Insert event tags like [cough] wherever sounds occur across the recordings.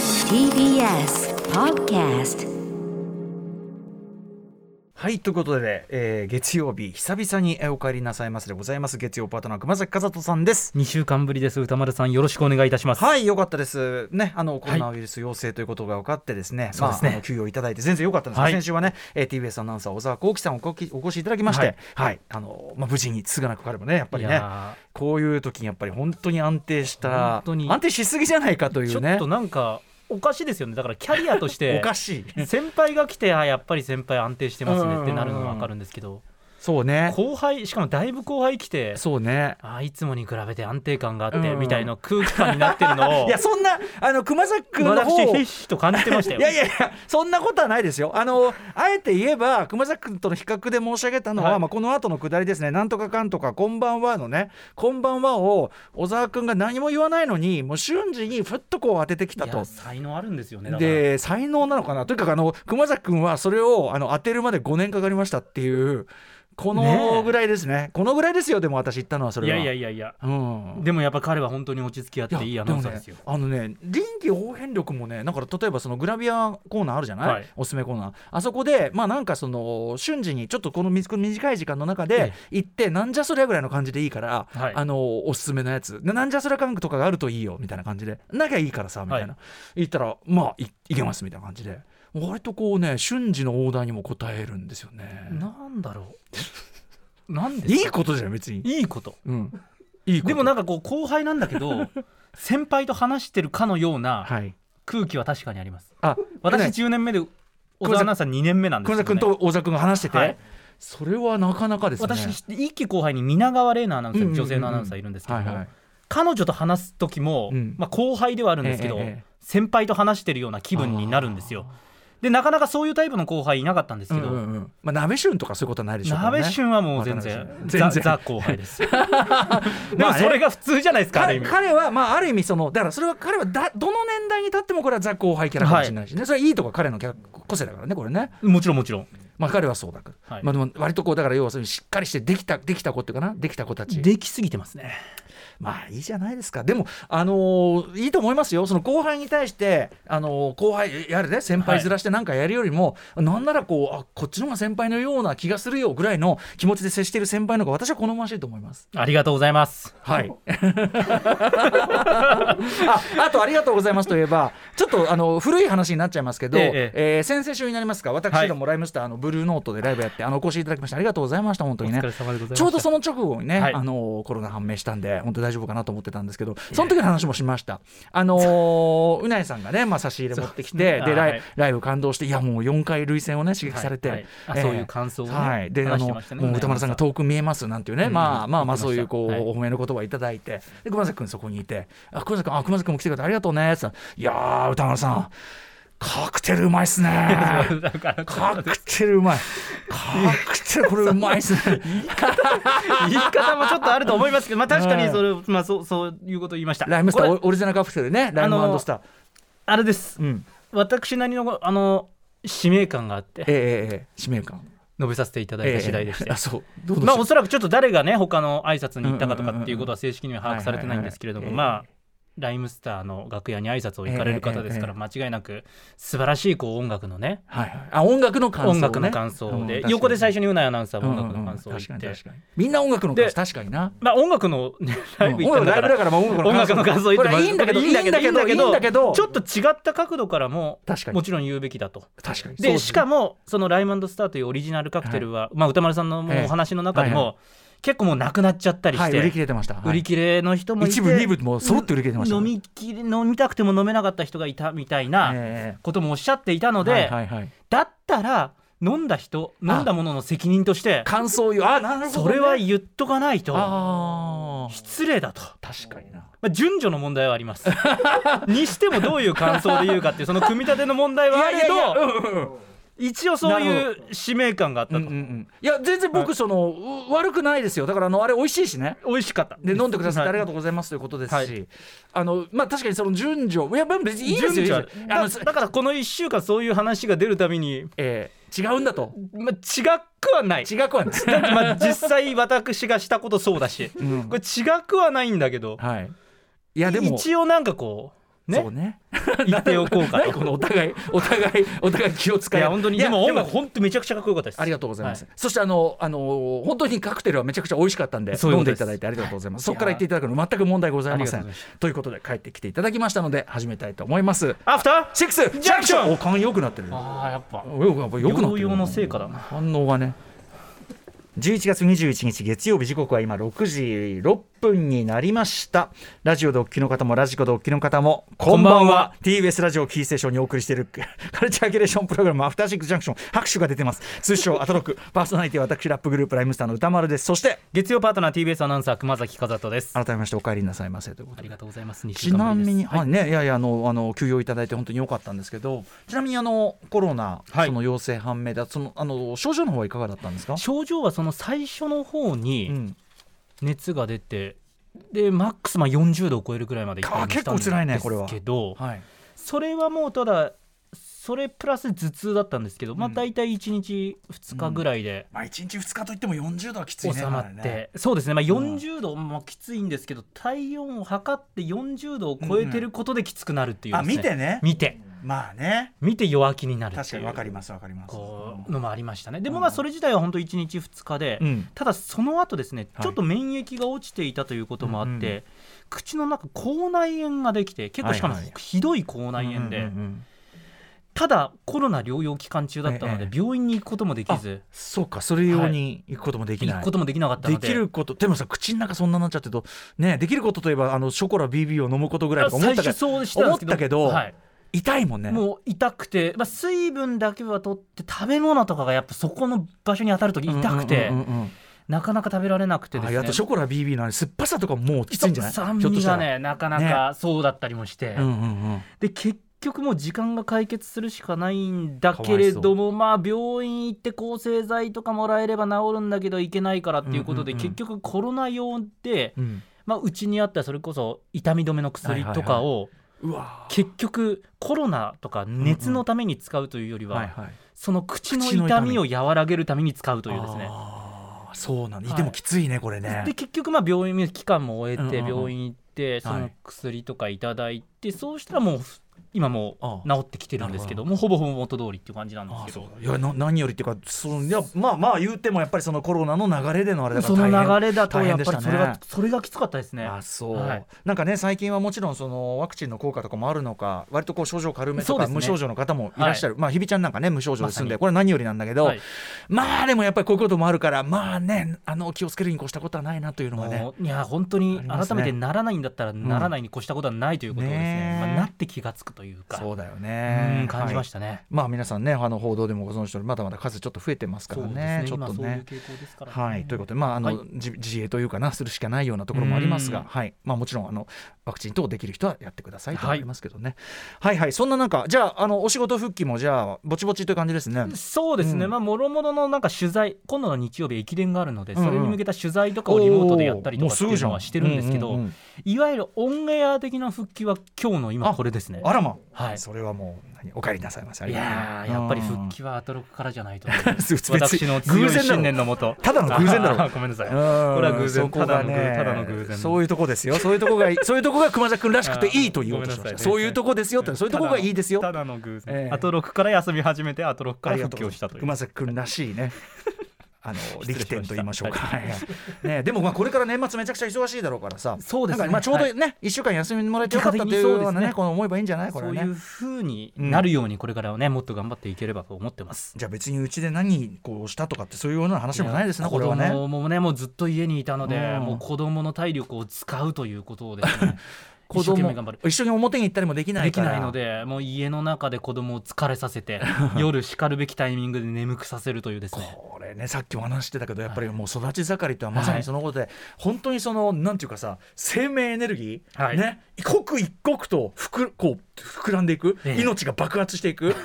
TBS Podcast はい、ということで、ね、えー月曜日、久々にえーお帰りなさいますでございます。月曜パートナー、熊崎和人さんです。 2週間ぶりです歌丸さんよろしくお願いいたしますはい、よかったです。ね、あの、コロナウイルス陽性ということが分かってですね、そうですまねああの休養いただいて、全然よかったんですけど、はい先週はね、えー TBS アナウンサー、小沢幸輝さんをおこきお越しいただきまして、ははいい、あの、まあ、無事につがなくかればね、やっぱりいね、やこういう時にやっぱり本当に安定した、本当に安定しすぎじゃないかとーいちうょっねと、なんかおかしいですよねだからキャリアと [laughs] しおてかしい。先輩が来てあやっぱり先輩安定してますねってなるのは分かるんですけどそうね。後輩しかもだいぶ後輩来てそうね。あいつもに比べて安定感があっうんてうんみたいな空気感になってるの [laughs] をいや、そんな、あの、熊崎君の方私をひしと感じてましたよいやいやいや、そんなことはないですよ。あの、あえて言えば、熊崎君との比較で申し上げたのは、はいまあ、この後のくだりですね、なんとかかんとか、こんばんはのね、こんばんはを、小沢君が何も言わないのに、もう瞬時にふっとこう当ててきたいやと。才能あるんですよねだからで才能なのかなとにかくあの熊崎君はそれをあの当てるまで5年かかりましたっていうこねのえぐらいですねこのぐらいですよでも私言ったのはそいれはやいやいやいやうん、でもやっぱ彼は本当に落ち着きあっていいアナウンサーですよもね、あのね臨機応変力もねだから例えばそのグラビアコーナーあるじゃない、はいおすすめコーナーあそこでまあなんかその瞬時にちょっとこのみこの短い時間の中でえ行ってなんじゃそりゃぐらいの感じでいいから、はいあのおすすめのやつななんじゃそりゃ感覚とかがあるといいよみたいな感じでなきゃいいからさみたいな、は言ったらまあいいけますみたいな感じで割とこうね瞬時のオーダーにも応えるんですよねなんだろうなんですいいかことじゃん別にいいことうんいいことでもなんかこう後輩なんだ [laughs] けど先輩と話してるかのようなはい空気は確かにあります、あね私10年目で小沢アナウンサー2年目なんです熊け崎ど、君ね、と大沢君が話してて、はいそれはなかなかですね私一期後輩に皆川玲奈アナウンサうんうんーうん女性のアナウンサーいるんですけどはいもはい彼女と話す時も、うんまあ、後輩ではあるんですけど、ええええ先輩と話してるような気分になるんですよでなかなかそういうタイプの後輩いなかったんですうんけうど、んうんまあ、鍋旬とかそういうことはないでしょうからね鍋旬はもう全わ然かんないですザ全然ザ後輩です [laughs] でまあねもそれが普通じゃないですか、ある彼意味彼は、まあ、ある意味そのだからそれは彼はだどの年代に立ってもこれはザ後輩キャラかもしれないしね、それはいいとこ彼のキャラ個性だからねこれね、もちろんもちろんまあ、彼はそうだけど、はいまあ、でも割とこうだから要はそのしっかりしてできたできた子っていうかなできた子たちできすぎてますねまあいいじゃないですかでも、あのーいいと思いますよその後輩に対して、あのー後輩やるね先輩ずらしてなんかやるよりも、なんならこうあこっちの方が先輩のような気がするよぐらいの気持ちで接している先輩の方が私は好ましいと思います。ありがとうございますはい、 [laughs] ああとありがとうございますといえばちょっとあの古い話になっちゃいますけど、ええーえ先々週になりますかは私いどもライムスターのブルーノートでライブやってあのお越しいただきましてありがとうございました本当おにね疲。れ様でございましたちょうどその直後にね、はいあのコロナ判明したんで、本当大丈夫かなと思ってたんですけど、その時の話もしました。あのーうないさんがね、まあ、差し入れ持ってきて、でそうですねラはイいライブ感動して、いや、もう4回涙腺をね、刺激されて、はいはいあええそういう感想をねはい、で、あ話しての、ましたねもう歌丸さんが遠く見えますなんていうね、うんまあ、まあ、まあ、言ってましたそういうこう、はいお褒めの言葉をいただいて、で、熊崎君そこにいて、あ、熊崎君、あ、熊崎君も来てくれてありがとうね、って言ったらいやー、歌丸さん、カクテルうまいっすね。 [laughs] だからカクテルうまい。カクテルこれうまいっすね。言い方もちょっとあると思いますけ [laughs] ど、まあ、確かにそれ、まあ、そうそういうことを言いましたライムスターこオれリオリジナルカプセルね、ライあムのスター。あれですうん、私なりのあの使命感があってええええええ使命感。述べさせていただいええた次第でして、あ、そう。どうでしまあおょそらくちょっと誰がね他の挨拶に行ったかとかっていうことは正式にはうんうんうん把握されてないんですけれどはもいはいはいまあライムスターの楽屋に挨拶を行かれる方ですからえ間違いなく素晴らしいこう音楽のねはいはい。あ、音楽の感想、ね。音楽の感想うんで確かに横で最初にうないアナウンサーうもんう音んうん楽の感想を確か言っにて確かに。みんな音楽の感想で確かにな。まあ音楽のねライブ行ったんラだかイブだらからまあ音楽の音感想楽の感想を言ってこれいいんだけどいいんだけどいいんだけどいいんだけどちちょょっっと違った角度からも確かにもちろん言うべきだと。確かに。そうでねしかもその「ライムスター」というオリジナルカクテルは、まあ、歌丸さんのもうええお話の中ではいも結構もうなくなっちゃったりしはい、て、売り切れてました。はい売り切れの人もいて一部、二部も揃って売り切れてましたね。飲みきり飲みたくても飲めなかった人がいたみたいなえこともおっしゃっていたえので、はいはいはい。だったら飲んだ人飲んだものの責任として感想を言う。あ、なるほど、ね。それは言っとかないとああ。失礼だと。確かにな。まあ、順序の問題はあり [laughs] ますにしてもどういう感想で言うかっていうその組み立ての問題はあれどうんうんうん一応そうないう使命感があったうんと、うんうん、いや全然僕その、う悪くないですよだからあのあれ美味しいしね美味しかったで飲んでくださってありがととうございますということですし、はいあのまあ確かにその順序いやまあ別にいいですよ順序いいですよあのだだからこの1週間そういう話が出るたびに、えー違うんだ [laughs] とまあ、違くはない [laughs] 違くはないです、だってまあ実際私がしたことそうだしうんこれ違くはないんだけどはいいやでも一応なんかこうね [laughs] そうね言っておこうか何とこのお互いお互いお互い気を使いい合やう本当にいやでも音楽本当めちゃくちゃかっこよかったですありがとうございます、はそしてあの、あのー本当にカクテルはめちゃくちゃ美味しかったんでそういう飲こんでとでいすただいてありがとうございますそこから言っていただくの全く問題ございませあんりがとうござということで帰ってきていただきましたので始めたいと思いますアフターシックスジャンクションお勘良くなってるよああやっぱくやっぱ良くなってる療養の成果だな反応が [laughs] ね11月21日月曜日時刻は今6時6分になりましたラジオでお聞きの方もラジコでお聞きの方もこんばんはこんばんは TBS ラジオキーステーションにお送りしている [laughs] カルチャーキュレーションプログラムアフターシックスジャンクション拍手が出てます通称アトロックパーソナリティは私ラップグループライムスターの歌丸ですそして月曜パートナー TBS アナウンサー熊崎和人ですあ改めましてお帰りなさいませということでりがとうございます二週ち間なぶみりに、ですはいね、いやいやあのあの休養いただいて本当に良かったんですけどちなみにあのコロナ、はいその陽性判明だそのあの症状の方はいかがだったんですか、症状はその最初の方うにん熱が出てでマックスまあ40度を超えるくらいまで一回あーしたん結構辛いねこれはですけどはい、それはもうただそれプラス頭痛だったんですけど、まあうん大体1日2日ぐらいでまあ、1日2日といっても40度はきつい収ねまって、そうですね、まあ、40度もきついんですけど、体温を測って40度を超えてることできつくなるっていう、あ見てね見てまあね見て弱気になるっていう確かにわかりますわかりますこううのもありましたねでうもんまあそれ自体は本当1日2日で、んただその後ですね、はいちょっと免疫が落ちていたということもあって、うんうん口の中口内炎ができて結構しかもはいはいひどい口内炎で、うんうんうんただコロナ療養期間中だったのえでえ病院に行くこともできず、そうかそれ用に行くこともできない、行くこともできなかったでのできることでもさ口の中そんななっちゃってるとねできることといえばあのショコラ BB を飲むことぐらいとか思最ったけ初どそうしたんですけど思ったけどはい、痛いもんねもう痛くて、まあ、水分だけは取って食べ物とかがやっぱそこの場所に当たるとき痛くて、うんうんうんうんなかなか食べられなくてであすいねやあとショコラ BB のあれ酸っぱさとかもうきついんじゃない酸ひょっと味したがらねなかなかそうだったりもして、うんうんうんで結局もう時間が解決するしかないんだけれどもまあ病院行って抗生剤とかもらえれば治るんだけどいけないからっていうことで、うんうんうん結局コロナ用でう、んまあ、うちにあったそれこそ痛み止めの薬とかをうわ結局コロナとか熱のために使うというよりは、はいはいその口の口の痛痛みみを和らげるために使うというですね。あーそうなんだ、はいでもきついねこれねで結局まあ病院期間も終えてうんうんうん病院行ってそはのい薬とかいただいてそうしたらもう今もあう治ってきてるんですけどもうほぼほぼ元通りっていう感じなんでああすけそうどいやな何よりっていうかそのいやまあまあ言うてもやっぱりそのコロナの流れでのあれだからその大変流れだと大や変っでぱしたねりそれがそれがきつかったですねあそう、はいなんかね最近はもちろんそのワクチンの効果とかもあるのか割とこう症状軽めそとうか、ですね無症状の方もいらっしゃる、まあ日比ちゃんなんかね無症状で住んで、まさにこれは何よりなんだけど、はいまあでもやっぱりこういうこともあるからまあねあの気をつけるに越したことはないなというのはねもういや本当にあります改ねめてならないんだったらならないに越したことはないということをですねうんねえまあなって気がつくというかそうだようねん感じまたしたねまあ皆さんねあの報道でもご存知のようにまだまだ数ちょっと増えてますかそらうですねねちょっ今とそういうね。傾向ですからねはいということで、まああのはい自自衛というかなするしかないようなところもありますうがん、はいまあ、もちろんあのワクチン等できる人はやってくださいと思いますけどね、はい、はいそんな中じゃああのお仕事復帰もじゃあぼちぼちという感じですね。そうですね、うんまあもろもろのなんか取材今度の日曜日駅伝があるのでうんうんそれに向けた取材とかをリモートでやったりとかっておーもうすぐいうじゃのんはしてるんですけううどんいわゆるオンエア的な復帰は今日のあ今これですねあらま、はいそれはもう何お帰りなさいませあいりがとうやーやっぱり復帰はアトロックからじゃないと思いま [laughs] す別に私の強偶然いだろ信念のもとただの偶然だろ [laughs] ごめんなさいうんここれは偶然ただの偶ただの偶然そういうとこですよそういうとこ [laughs] がいいそういうとこが熊崎君らしくていいということしまあーごしめんなたさいそういうとこですよってそういうとこがいいですよただの偶然、ええアトロックから休み始めてアトロックかあらりが復とう帰ございをしまたすとい熊崎う君らしい [laughs] ね。あの失礼しました力点と言いましょうか、はいね、でもまあこれから年末めちゃくちゃ忙しいだろうからさそうですねなんかまあちょうどね、一1週間休みもらえてよかったとい結果的にうそよううですねなねこの思えばいいんじゃないこれそはうねいう風になるようにこれからはねもっと頑張っていければと思ってますじゃあ別にうちで何こうしたとかってそういうような話でもないですねこ子れはね供もねもうずっと家にいたので、うんもう子供の体力を使うということをですね [laughs] 子一生懸供命頑張る一緒に表に行ったりもできないできからないのでもう家の中で子供を疲れさ [laughs] せて夜しかるべきタイミングで眠くさせるというですねこれねさっきお話してたけどやっぱりもう育ち盛りとはまさにそのことで、本当にそのなんていうかさ生命エネルギー、はいね刻一刻とふくこう膨らんでいく、ええ命が爆発してい [laughs] く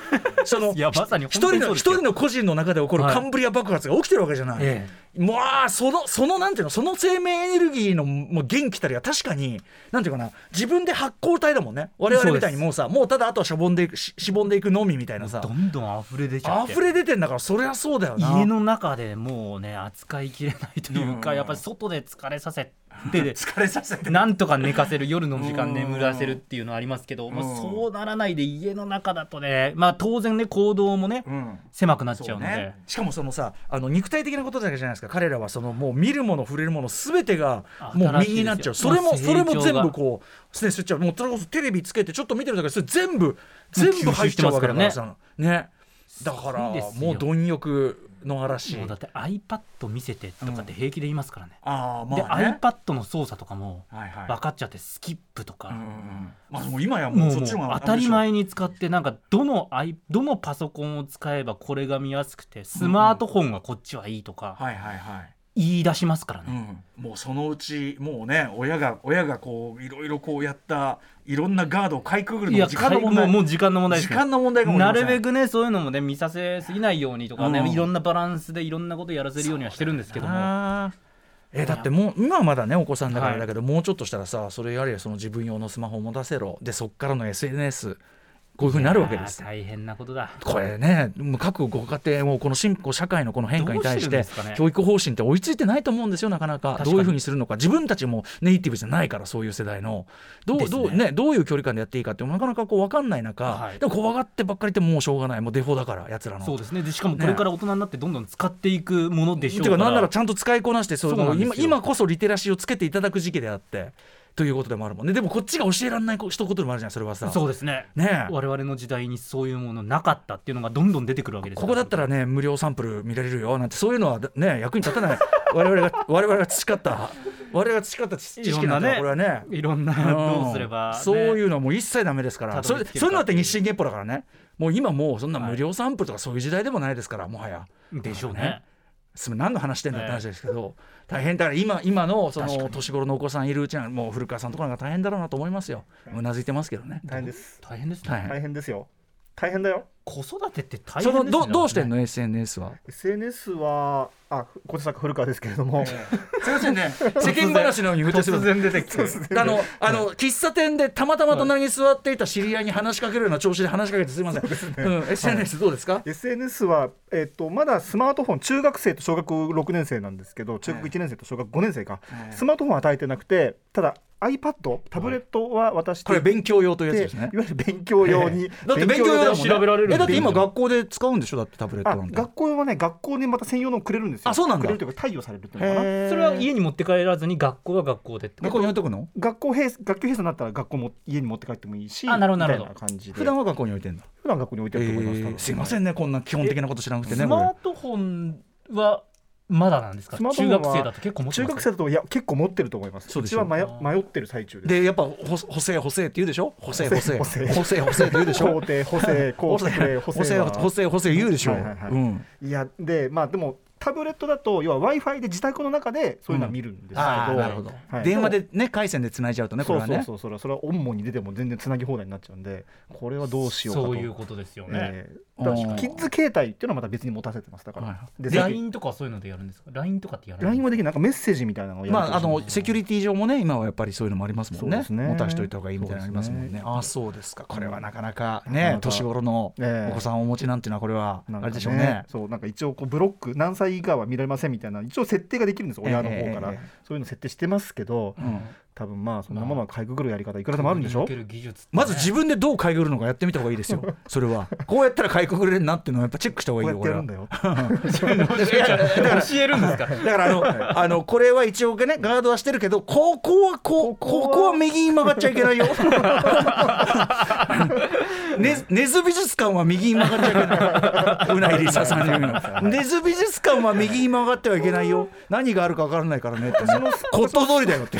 そのいやまさに一本当人にそうので一すよ人の個人の中で起こるはいカンブリア爆発が起きてるわけじゃない、えもうそのそのなんていうのその生命エネルギーのもう元気たりは確かになんていうかな自分で発光体だもんね我々みたいにもうさもうただあとはしゃぼんでいくししぼんでいくのみみたいなさどんどん溢れ出ちゃって溢れ出てんだからそりゃそうだよな家の中でもうね扱いきれないというか、うんやっぱり外で疲れさせ手で [laughs] 疲れさせてなんとか寝かせる夜の時うん間眠らせるっていうのはありますけど、まあ、うんそうならないで家の中だとね、まあ、当然ね行動もね、うん狭くなっちゃそううのでね、しかもそのさあの肉体的なことだけじゃないですか彼らはそのもう見るもの触れるものすべてがもう新しいです身よになっちゃうそれも成そ長れがも全部こう捨てちゃうもうそれこそテレビつけてちょっと見てるだけでそれ全部全部入っちゃうわけだからさねだからそうですよもう貪欲の嵐もうだって iPad 見せてとかって平気で言いますからね、ああまであね iPad の操作とかもはいはい分かっちゃってスキップとか、うんうんうんまあもう今やももううそっもうちの方が当たり前に使ってなんかどのアイどのパソコンを使えばこれが見やすくてスマートフォンはこっちはいいとかはいはいはい言い出しますからね、うん、もうそのうちもうね親が親がこういろいろこうやったいろんなガードをかいくぐるのいもや時間の問題もうもう時間の問題時ですね間の問題かもしれなませんるべくねそういうのもね見させすぎないようにとかね、うんいろんなバランスでいろんなことやらせるようにはしてるんですけどもあーえだってもう今はまだねお子さんだからだけど、もうちょっとしたらさそれやれその自分用のスマホを持たせろでそっからの SNS こういうふうになるわけですいやー大変なことだこれねもう各ご家庭もこの進歩社会のこの変化に対しどうてしてるんですかね教育方針って追いついてないと思うんですよなかなか確かにどういうふうにするのか自分たちもネイティブじゃないからそういう世代のどう,、ですねどうね、どういう距離感でやっていいかってなかなかこう分かんない中、はいでも怖がってばっかりいてももうしょうがないもうデフォだからやつらのそうですねでしかもこれから大人になってどんどん使っていくものでしょうてかからなんならちゃんと使いこなしてそういうのそうなんです今よ今こそリテラシーをつけていただく時期であってということでもあるもんねでもこっちが教えられないこ一言でもあるじゃんそれはさそうですねねえ我々の時代にそういうものなかったっていうのがどんどん出てくるわけですここだったららね無料サンプル見られるよなんてそういうのはね役に立た [laughs] ない我々が我々が培った我々が培った知知識なんだいこれはろんねいろんなうんどうすれば、ね、そういうのはもう一切ダメですからたどそりれ着けるかそういうのだって日進月歩だからねもう今もうそんなはい無料サンプルとかそういう時代でもないですからもはやでしょうねねす何の話してんだってええ話ですけど、大変だから今今のそ確かのに年頃のお子さんいるうちはもう古川さんとかが大変だろうなと思いますようなずいてますけどね大変です大変ですね、大変大変ですよ大変だよ子育てって大そ変ですのねどどうしてんの SNS は SNS はあ小手作古川ですけれども、すいませんね世間話のように振ってすいません出てきてあのあの喫茶店でたまたま隣に座っていた知り合いに話しかけるような調子で話しかけてすいません。うん、SNS どうですか、 SNS は、えっとまだスマートフォン中学生と小学6年生なんですけど中学1年生と小学5年生か、スマートフォンは与えてなくてただ iPad タブレットは渡してこれいて、勉強用というやついですね。わゆる勉強用に、だって勉強用だもん、ね、勉用で調べられるえだって今学校で使うんでしょだってタブレッあトなんて。学校はね学校にまた専用のをくれるんですよあそうなんだくれるというか貸与されるっていうのかなそれは家に持って帰らずに学校は学校でって学校に置いとくの？学校閉学級閉鎖になったら学校も家に持って帰ってもいいしあなるほどなるほどみたいな感じで普段は学校に置いてんだ。普段学校に置いてえあると思います、多ー分すいませんねこんな基本的なこと知らなくてスね。マーこトフォンはまだなんですかスマートフ中ォンは学生だと結構持って中ます学生だといや結構持ってると思いますそううでしちょは迷あー迷ってる最中です [laughs] れでやっぱ補補正補正って言うでしょ？補正補正補補正正補正って言うでし皇ょ？帝 [laughs] [laughs] 補正皇補帝正補補正正は補正補正言うでしょ？はいはいはいうん。いやでまあでもタブレットだと要は w i f i で自宅の中でそういうのは見るんですけど,、ああなるほど。はい電話でね回線で繋いじゃうとねこそれうはそうね。そうそれはそれはオンモに出ても全然つなぎ放題になっちゃうんでこれはどうしようかとそういうことですよね、えーだからうんキッズ携帯っていうのはまた別に持たせてますだから、はいはいででさっき LINE とかはそういうのでやるんですか LINE とかってやらない LINE はできないなんかメッセージみたいなのをやるまあ、あとのセキュリティ上もね今はやっぱりそういうのもありますもんそうでねすね持たしておいた方がいいみたいなのありますもんねそうですねああそうですかこれはなかなかなかねなか年頃のええお子さんをお持ちなんていうのはこれはなんあかれでしょうねそうなんか一応こうブロック何歳以下は見られませんみたいな一応設定ができるんですええ親の方から、ええそういうの設定してますけどうん多分まあそのままかいくぐるやり方いくらでもあるんでしょくぐり抜ける技術ってねまず自 [laughs] 分でどうかいぐるのかやってみた方がいいですよそれはこうやったらかいくぐれるなっていうのはやっぱチェックした方こがういいやよってこれやるはんだよいやいやだから教えるんですだかからあのあのこれは一応ねガードはしてるけどここはこうここは右に曲がっちゃいけない [laughs] よ。ね、根津美術館は右に曲がっちゃいけない。うないりささんに言うの。根津美術館は右に曲がってはいけないよ。何があるかわからないからねって、ね。こと通りだよって。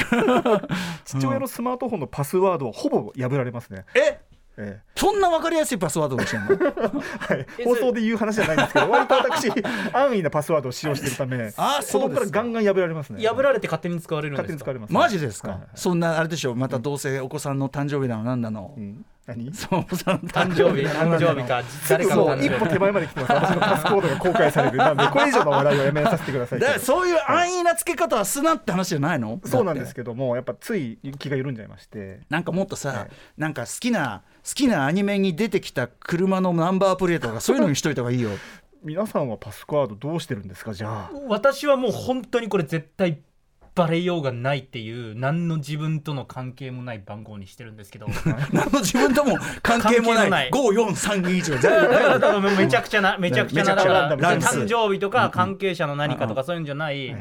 父親のスマートフォンのパスワードはほぼ破られますね、え、えそんなわかりやすいパスワードでしてんの。えはい、放送で言う話じゃないんですけど割と私安易なパスワードを使用してるため [laughs] あ子供からガンガン破られますね破られて勝手に使われるん勝手でにす使かわれます、マジですはいかはい。そんなあれでしょまたどうせお子さんの誕生日だのなんだのう。ん、何そうお子さんの誕誕生生 [laughs] 日。日誕生日か誰かのそ誕う一生歩日手前まで来てます私のパスコードが公開されるなんでこれ以上の話題はやめさせてくださいだからそういう安易な付け方はすなって話じゃないのそうなんですけけどもやっぱつい気が緩んじゃいましてなんかもっとさ、はいなんか好きな好きなアニメに出てきた車のナンバープレートとかそういうのにしといた方がいい [laughs] よ皆さんはパスワードどうしてるんですかじゃあ私はもう本当にこれ絶対バレようがないっていう何の自分との関係もない番号にしてるんです [laughs] けど何の自分とも関係もな関係もないい5431以上だ全部からだからめちゃくちゃなめちゃくちゃなだからめちゃくちゃランダム誕生日とか関係者の何かとかそういうんじゃない、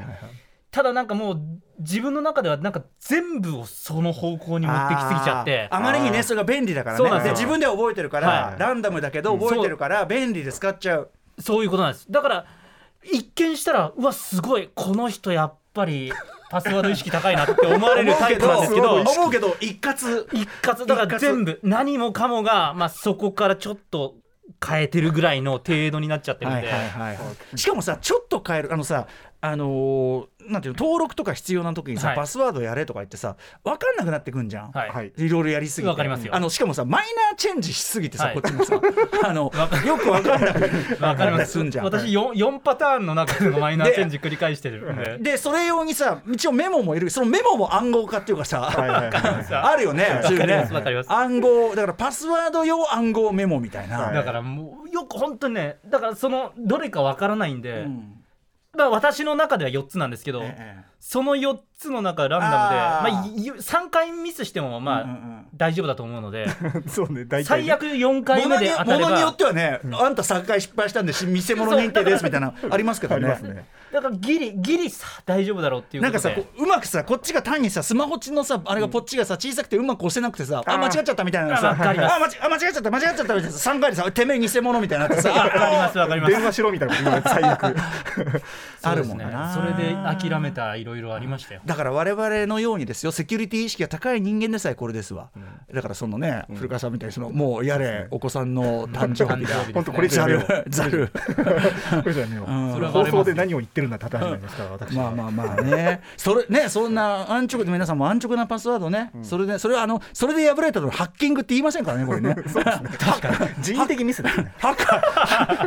ただなんかもう自分の中ではなんか全部をその方向に持ってきすぎちゃってあーあまりにねそれが便利だからそうなねんでです自よ分では覚えてるから、はいランダムだけど覚えてるから便利で使っちゃうそういうことなんですだから一見したらうわすごいこの人やっぱ [laughs] りパスワード意識高いなって思われるタイプなんですけど思うけど一括一括だから全部何もかもが、まあ、そこからちょっと変えてるぐらいの程度になっちゃってるんで、はいしかもさちょっと変えるあのさあのーなんていうの登録とか必要な時にさ、はいパスワードやれとか言ってさ分かんなくなってくんじゃん、はいはいいろいろやりすぎてわかりますよあのしかもさマイナーチェンジしすぎてさ、はいこっち [laughs] もさあのよくわかんなくわかりなまっすたんじゃん私 4, 四パターンの中 [laughs] でのマイナーチェンジ繰り返してるんででそれ用にさ一応メモもいるそのメモも暗号化っていうかさ、はいはいはいあるよねわかりますそういうねわかります暗号だからパスワード用暗号メモみたいな、はいだからもうよく本当にねだからそのどれかわからないんで、うんまあ、私の中では4つなんですけど、ええその4つの中ランダムであーまあ、ゆ3回ミスしてもうんうんうまあん大丈夫だと思うの [laughs] で、そうね大体ね最悪4回も目のにでよ当たれものによばってはね、あんた3回失敗したんでし見せ物認定ですみたいなありますけどありますね。ねだからギリギリさ大丈夫だろうっていうなこんとかさでこううまくさこっちが単にさスマホっちのさあれがこっちがさ小さくてうまく押せなくてさあ間違っちゃったみたいなさあわかりますあ間違あ間違っちゃった間違っちゃったみたいな3回でさてめえ偽物みたいになって [laughs] さわかりますわかります電話しろみたいなこと言われて最悪あるもんなそうですねそれで諦めたいろいろありましたよだから我々のようにですよセキュリティ意識が高い人間でさえこれですわ、だからそのね、古川さんみたいにそのもうやれお子さんの誕生 [laughs] 日だ誕生日本当これじゃざねえるよざるこれじゃねえよんそれは放バレま送すで何を言ってるんだって話になりますから私まあはまあまあね、 [laughs] それね、そんな安直で皆さんも安直なパスワードね、それで、それはあの、それで破られたのをハッキングって言いませんからね、これ [laughs] ね。 [laughs] 人為的ミスですねハッカー、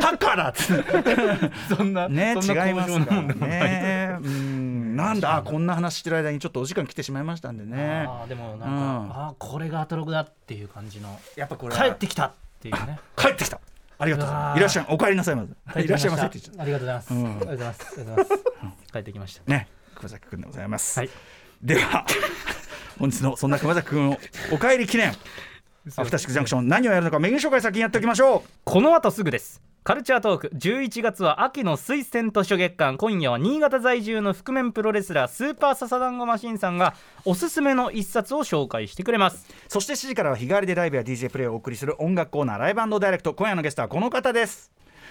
[laughs] ハッカーだっつって。そんなね、そんな違います高尚かならもんでもないね。うん、なんだ、あこんな話してる間に、ちょっとお時間来てしまいましたんでね。あーでもなんか、うんあーこれがアトログだっていう感じのやっぱこれは帰ってきたっていうね帰ってきた。ありがとうございまうわす。ーいらっしゃい、お帰りなさいま帰ず。[laughs] いっらってきまししゃいませたって言っちゃっありがとうございます、うんありがとうございますありがとうございます帰ってきましたた。ね、熊崎君でございます。はいでは、本日のそんな熊崎君をお帰り記念。アフターシックスジャンクション、何をやるのか、メニュー紹介先にやっておきましょう。この後すぐですカルチャートーク11月は秋の推薦図書月間今夜は新潟在住の覆面プロレスラースーパーササダンゴマシンさんがおすすめの一冊を紹介してくれますそして7時からは日替わりでライブや DJ プレイをお送りする音楽コーナーライブダイレクト今夜のゲストはこの方です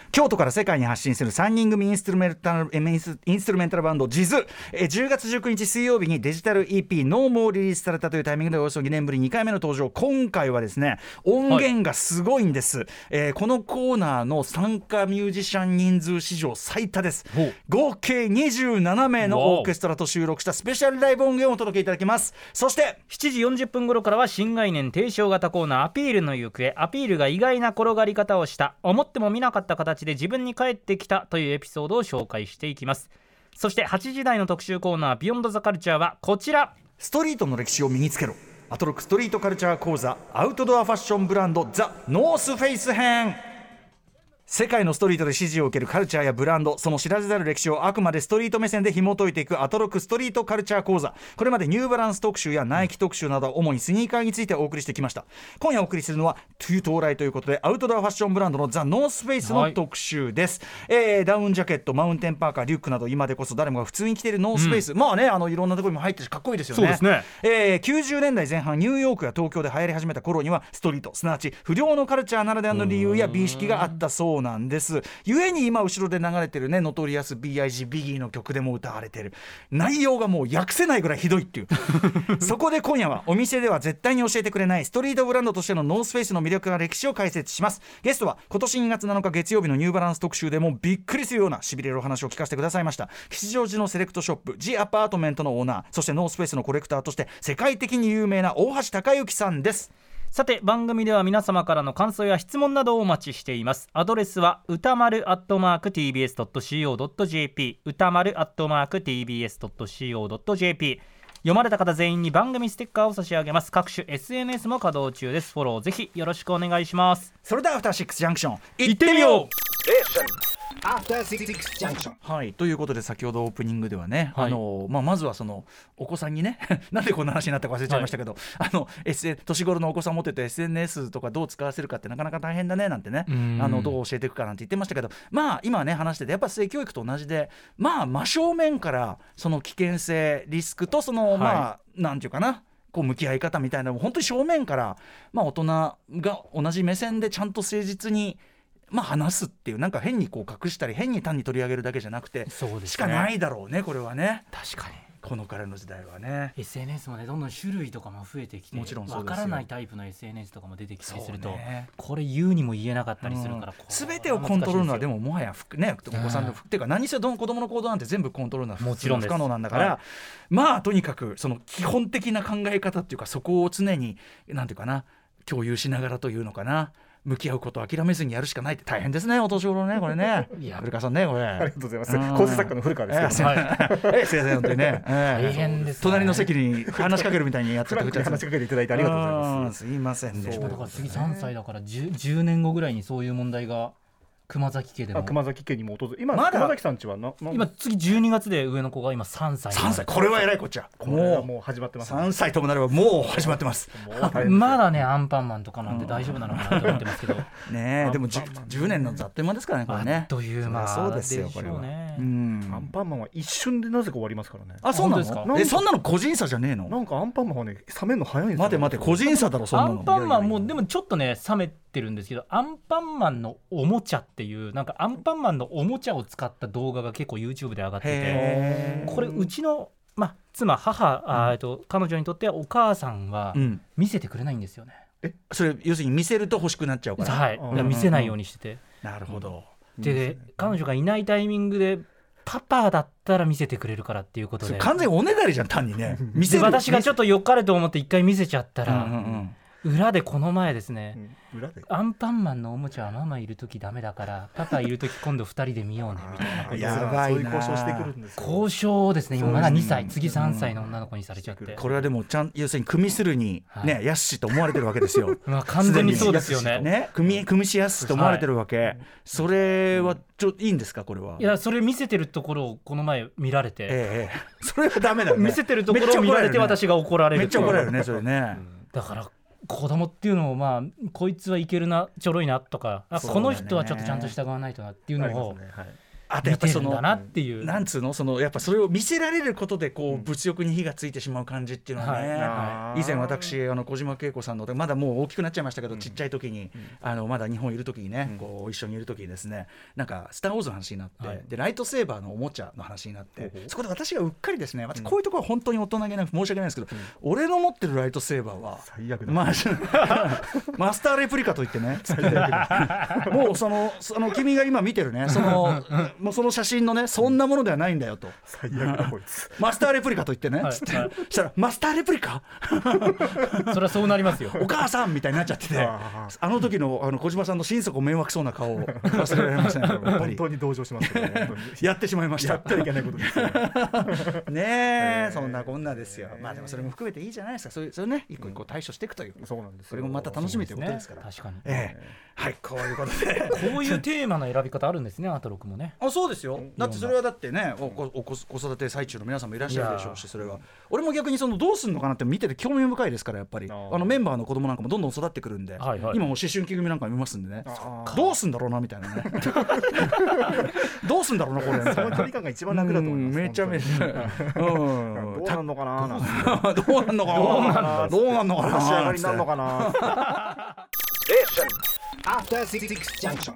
京都から世界に発信する3人組インストゥルメンタルえインスインストゥルメンタルバンドジズえ10月19日水曜日にデジタル EP「ノーモをリリースされたというタイミングでおよそ2年ぶり2回目の登場今回はですね音源がすごいんです、えーこのコーナーの参加ミュージシャン人数史上最多ですほう合計27名わおのオーケストラと収録したスペシャルライブ音源をお届けいただきますそして7時40分頃からは新概念提唱型コーナーアピールの行方アピールが意外な転がり方をした思っても見なかった形で自分に返ってきたというエピソードを紹介していきますそして8時台の特集コーナービヨンドザカルチャーはこちらストリートの歴史を身につけろアトロックストリートカルチャー講座アウトドアファッションブランドザ・ノースフェイス編世界のストリートで支持を受けるカルチャーやブランドその知られざる歴史をあくまでストリート目線で紐解いていくアトロックストリートカルチャー講座これまでニューバランス特集やナイキ特集など主にスニーカーについてお送りしてきました今夜お送りするのは「トゥー到来」ということでアウトドアファッションブランドのザ・ノースフェイスの特集です、えーダウンジャケットマウンテンパーカーリュックなど今でこそ誰もが普通に着ているノースフェイス、まあねあのいろんなところにも入ってるしかっこいいですよねそうですねえー90年代前半ニューヨークや東京で流行り始めた頃にはストリートすなわち不良のカルチャーならではの理由や美意識があったそうなんです故に今後ろで流れてるねノトリアス BIG ビギーの曲でも歌われてる内容がもう訳せないぐらいひどいっていうそこで今夜はお店では絶対に教えてくれないストリートブランドとしてのノースフェイスの魅力や歴史を解説しますゲストは今年2月7日月曜日のニューバランス特集でもびっくりするようなしびれるお話を聞かせてくださいました吉祥寺のセレクトショップジアパートメントのオーナーそしてノースフェイスのコレクターとして世界的に有名な大橋隆之さんですさて番組では皆様からの感想や質問などをお待ちしていますアドレスは歌丸アットマーク TBS.CO.JP 歌丸アットマーク TBS.CO.JP 読まれた方全員に番組ステッカーを差し上げます各種 SNS も稼働中ですフォローぜひよろしくお願いしますそれではアフターシックスジャンクション行行ってみようう After Six Junction. はい、ということで先ほどオープニングではね、はいあのまあ、まずはそのお子さんにね [laughs] なんでこんな話になったか忘れちゃいましたけど、あの SN 年頃のお子さん持ってて SNS とかどう使わせるかってなかなか大変だねなんてねうんあのどう教えていくかなんて言ってましたけどまあ今ね話しててやっぱ性教育と同じでまあ真正面からその危険性リスクとその、はいまあなんていうかなこう向き合い方みたいなのも本当に正面から、まあ、大人が同じ目線でちゃんと誠実に、まあ、話すっていうなんか変にこう隠したり変に単に取り上げるだけじゃなくてそうですねしかないだろうねこれはね確かにこの彼の時代はね。 SNS もねどんどん種類とかも増えてきてもちろんそうですよ分からないタイプの SNS とかも出てきたりすると、そうねこれ言うにも言えなかったりするから、これはすべてをコントロールのはでももはやふくねお子さんのうんふっていうか何せどの子供の行動なんて全部コントロールなもちろんで不す可能なんだから、はまあとにかくその基本的な考え方っていうかそこを常になんていうかな共有しながらというのかな向き合うことを諦めずにやるしかないって大変ですねお年頃ねこれねいや古川さんねこれありがとうございますん構成作家の古川ですけどええすいませんええすいません本当にね大大変ですね隣の席に話しかけるみたいにやっちフゃってランクに話し [laughs] かけていただいあてありがとうございますすいませんでし私たもだから次3歳だから10 10年後ぐらいにそういう問題が熊崎家であも熊崎家にも訪れ今、まだ熊崎さんちはなな今次12月で上の子が今3歳3歳これは偉いこっちゃこれはももう始まってうます、 3歳ともなればもう始まってますもう大変ですまだねアンパンマンとかなんで大丈夫なのかなと思っ [laughs] てますけど、ねえでも 10, 10年のざっという間ですからねこれあねっという間そりゃそうですよこれはでしょうねうんアンパンマンは一瞬でなぜか終わりますからねあそうな本当ですかのえそんなの個人差じゃねえのなんかアンパンマンはね冷めるの早いんですよ待て待て個人差だろそんなアのンパンマンいやいやいもやでもちょっとね冷めてるんですけどアンパンマンのおもちゃっていうなんかアンパンマンのおもちゃを使った動画が結構 YouTube で上がっててへえこれうちの、まあ、妻母あーえっと彼女にとってはお母さんはうん見せてくれないんですよね、それ要するに見せると欲しくなっちゃうからはいだから見せないようにしてて、なるほどで彼女がいないタイミングでパパだったら見せてくれるからっていうことそでれ完全におねだりじゃん単にね見せでる私がちょっっとよかれと思って一回見せちゃったとうんうら、んうん裏でこの前ですね、うん裏でアンパンマンのおもちゃはママいるときダメだからパパいるとき今度2人で見ようねみたいなあーやばいなそういう交渉してくるんですよ交渉をですね今まだ2歳次3歳の女の子にされちゃってこれはでもちゃん要するに組みするにはいねやっしと思われてるわけですよまあ完全にそうですよねね組み組みしやすと思われてるわけそれはちょいいんですかこれはいやそれ見せてるところをこの前見られて、ええええそれはダメだよね見せてるところを見られて私が怒られるめっちゃ怒られるるねそれねだから子供っていうのをまあこいつはいけるなちょろいなとか、あそうだねこの人はちょっとちゃんと従わないとなっていうありのまをすねはいあとや見っぱてそるんのだなっていうなんつうのそのやっぱそれを見せられることでこう物欲に火がついてしまう感じっていうのはね、はいあー以前私あの小島恵子さんのまだもう大きくなっちゃいましたけど、ちっちゃい時に、あのまだ日本いる時にね、こう一緒にいる時にですねなんか「スター・ウォーズ」の話になって、はいでライトセーバーのおもちゃの話になって、ほうほうそこで私がうっかりですね私こういうところは本当に大人げなく申し訳ないんですけど、俺の持ってるライトセーバーは最悪だまあ、 [laughs] マスターレプリカといってね、もうそのその君が今見てるね、そのもうその写真のね、そんなものではないんだよと。最悪だこいつマスターレプリカと言ってね、はいつってはいそしたら「マスターレプリカ [laughs] それはそうなりますよお母さん!」みたいになっちゃっててああの時のあの小島さんの心底迷惑そうな [laughs] 顔を忘れられません、 [laughs] やっぱ本り当に同情しますけど本当にやってしまいましたやっ。てはいけないことですよ [laughs] ねえーそんなこんなですよ。まあでもそれも含めていいじゃないですか、そういうそれをね一個一個対処していくという、そうなんですよそれもまた楽しみということですから。確かにええはいこういうことで。こういうテーマの選び方あるんですねアトロクもねあそうですよだってそれはだってねお子お子子育て最中の皆さんもいらっしゃるでしょういしそれは俺も逆にそのどうすんのかなって見てて興味深いですからやっぱりああーのメンバーの子供なんかもどんどん育ってくるんで、はいはい今もう思春期組なんか見ますんでねあーどうすんだろうなみたいなねどうすんだろうなこれその距離感が一番楽だと思いますうんめちゃめちゃ本う [laughs] 当にんどうなんのかななんて [laughs] たどうなんのかなどうなんのか [laughs] な仕上がりになるのかな After Six Junction.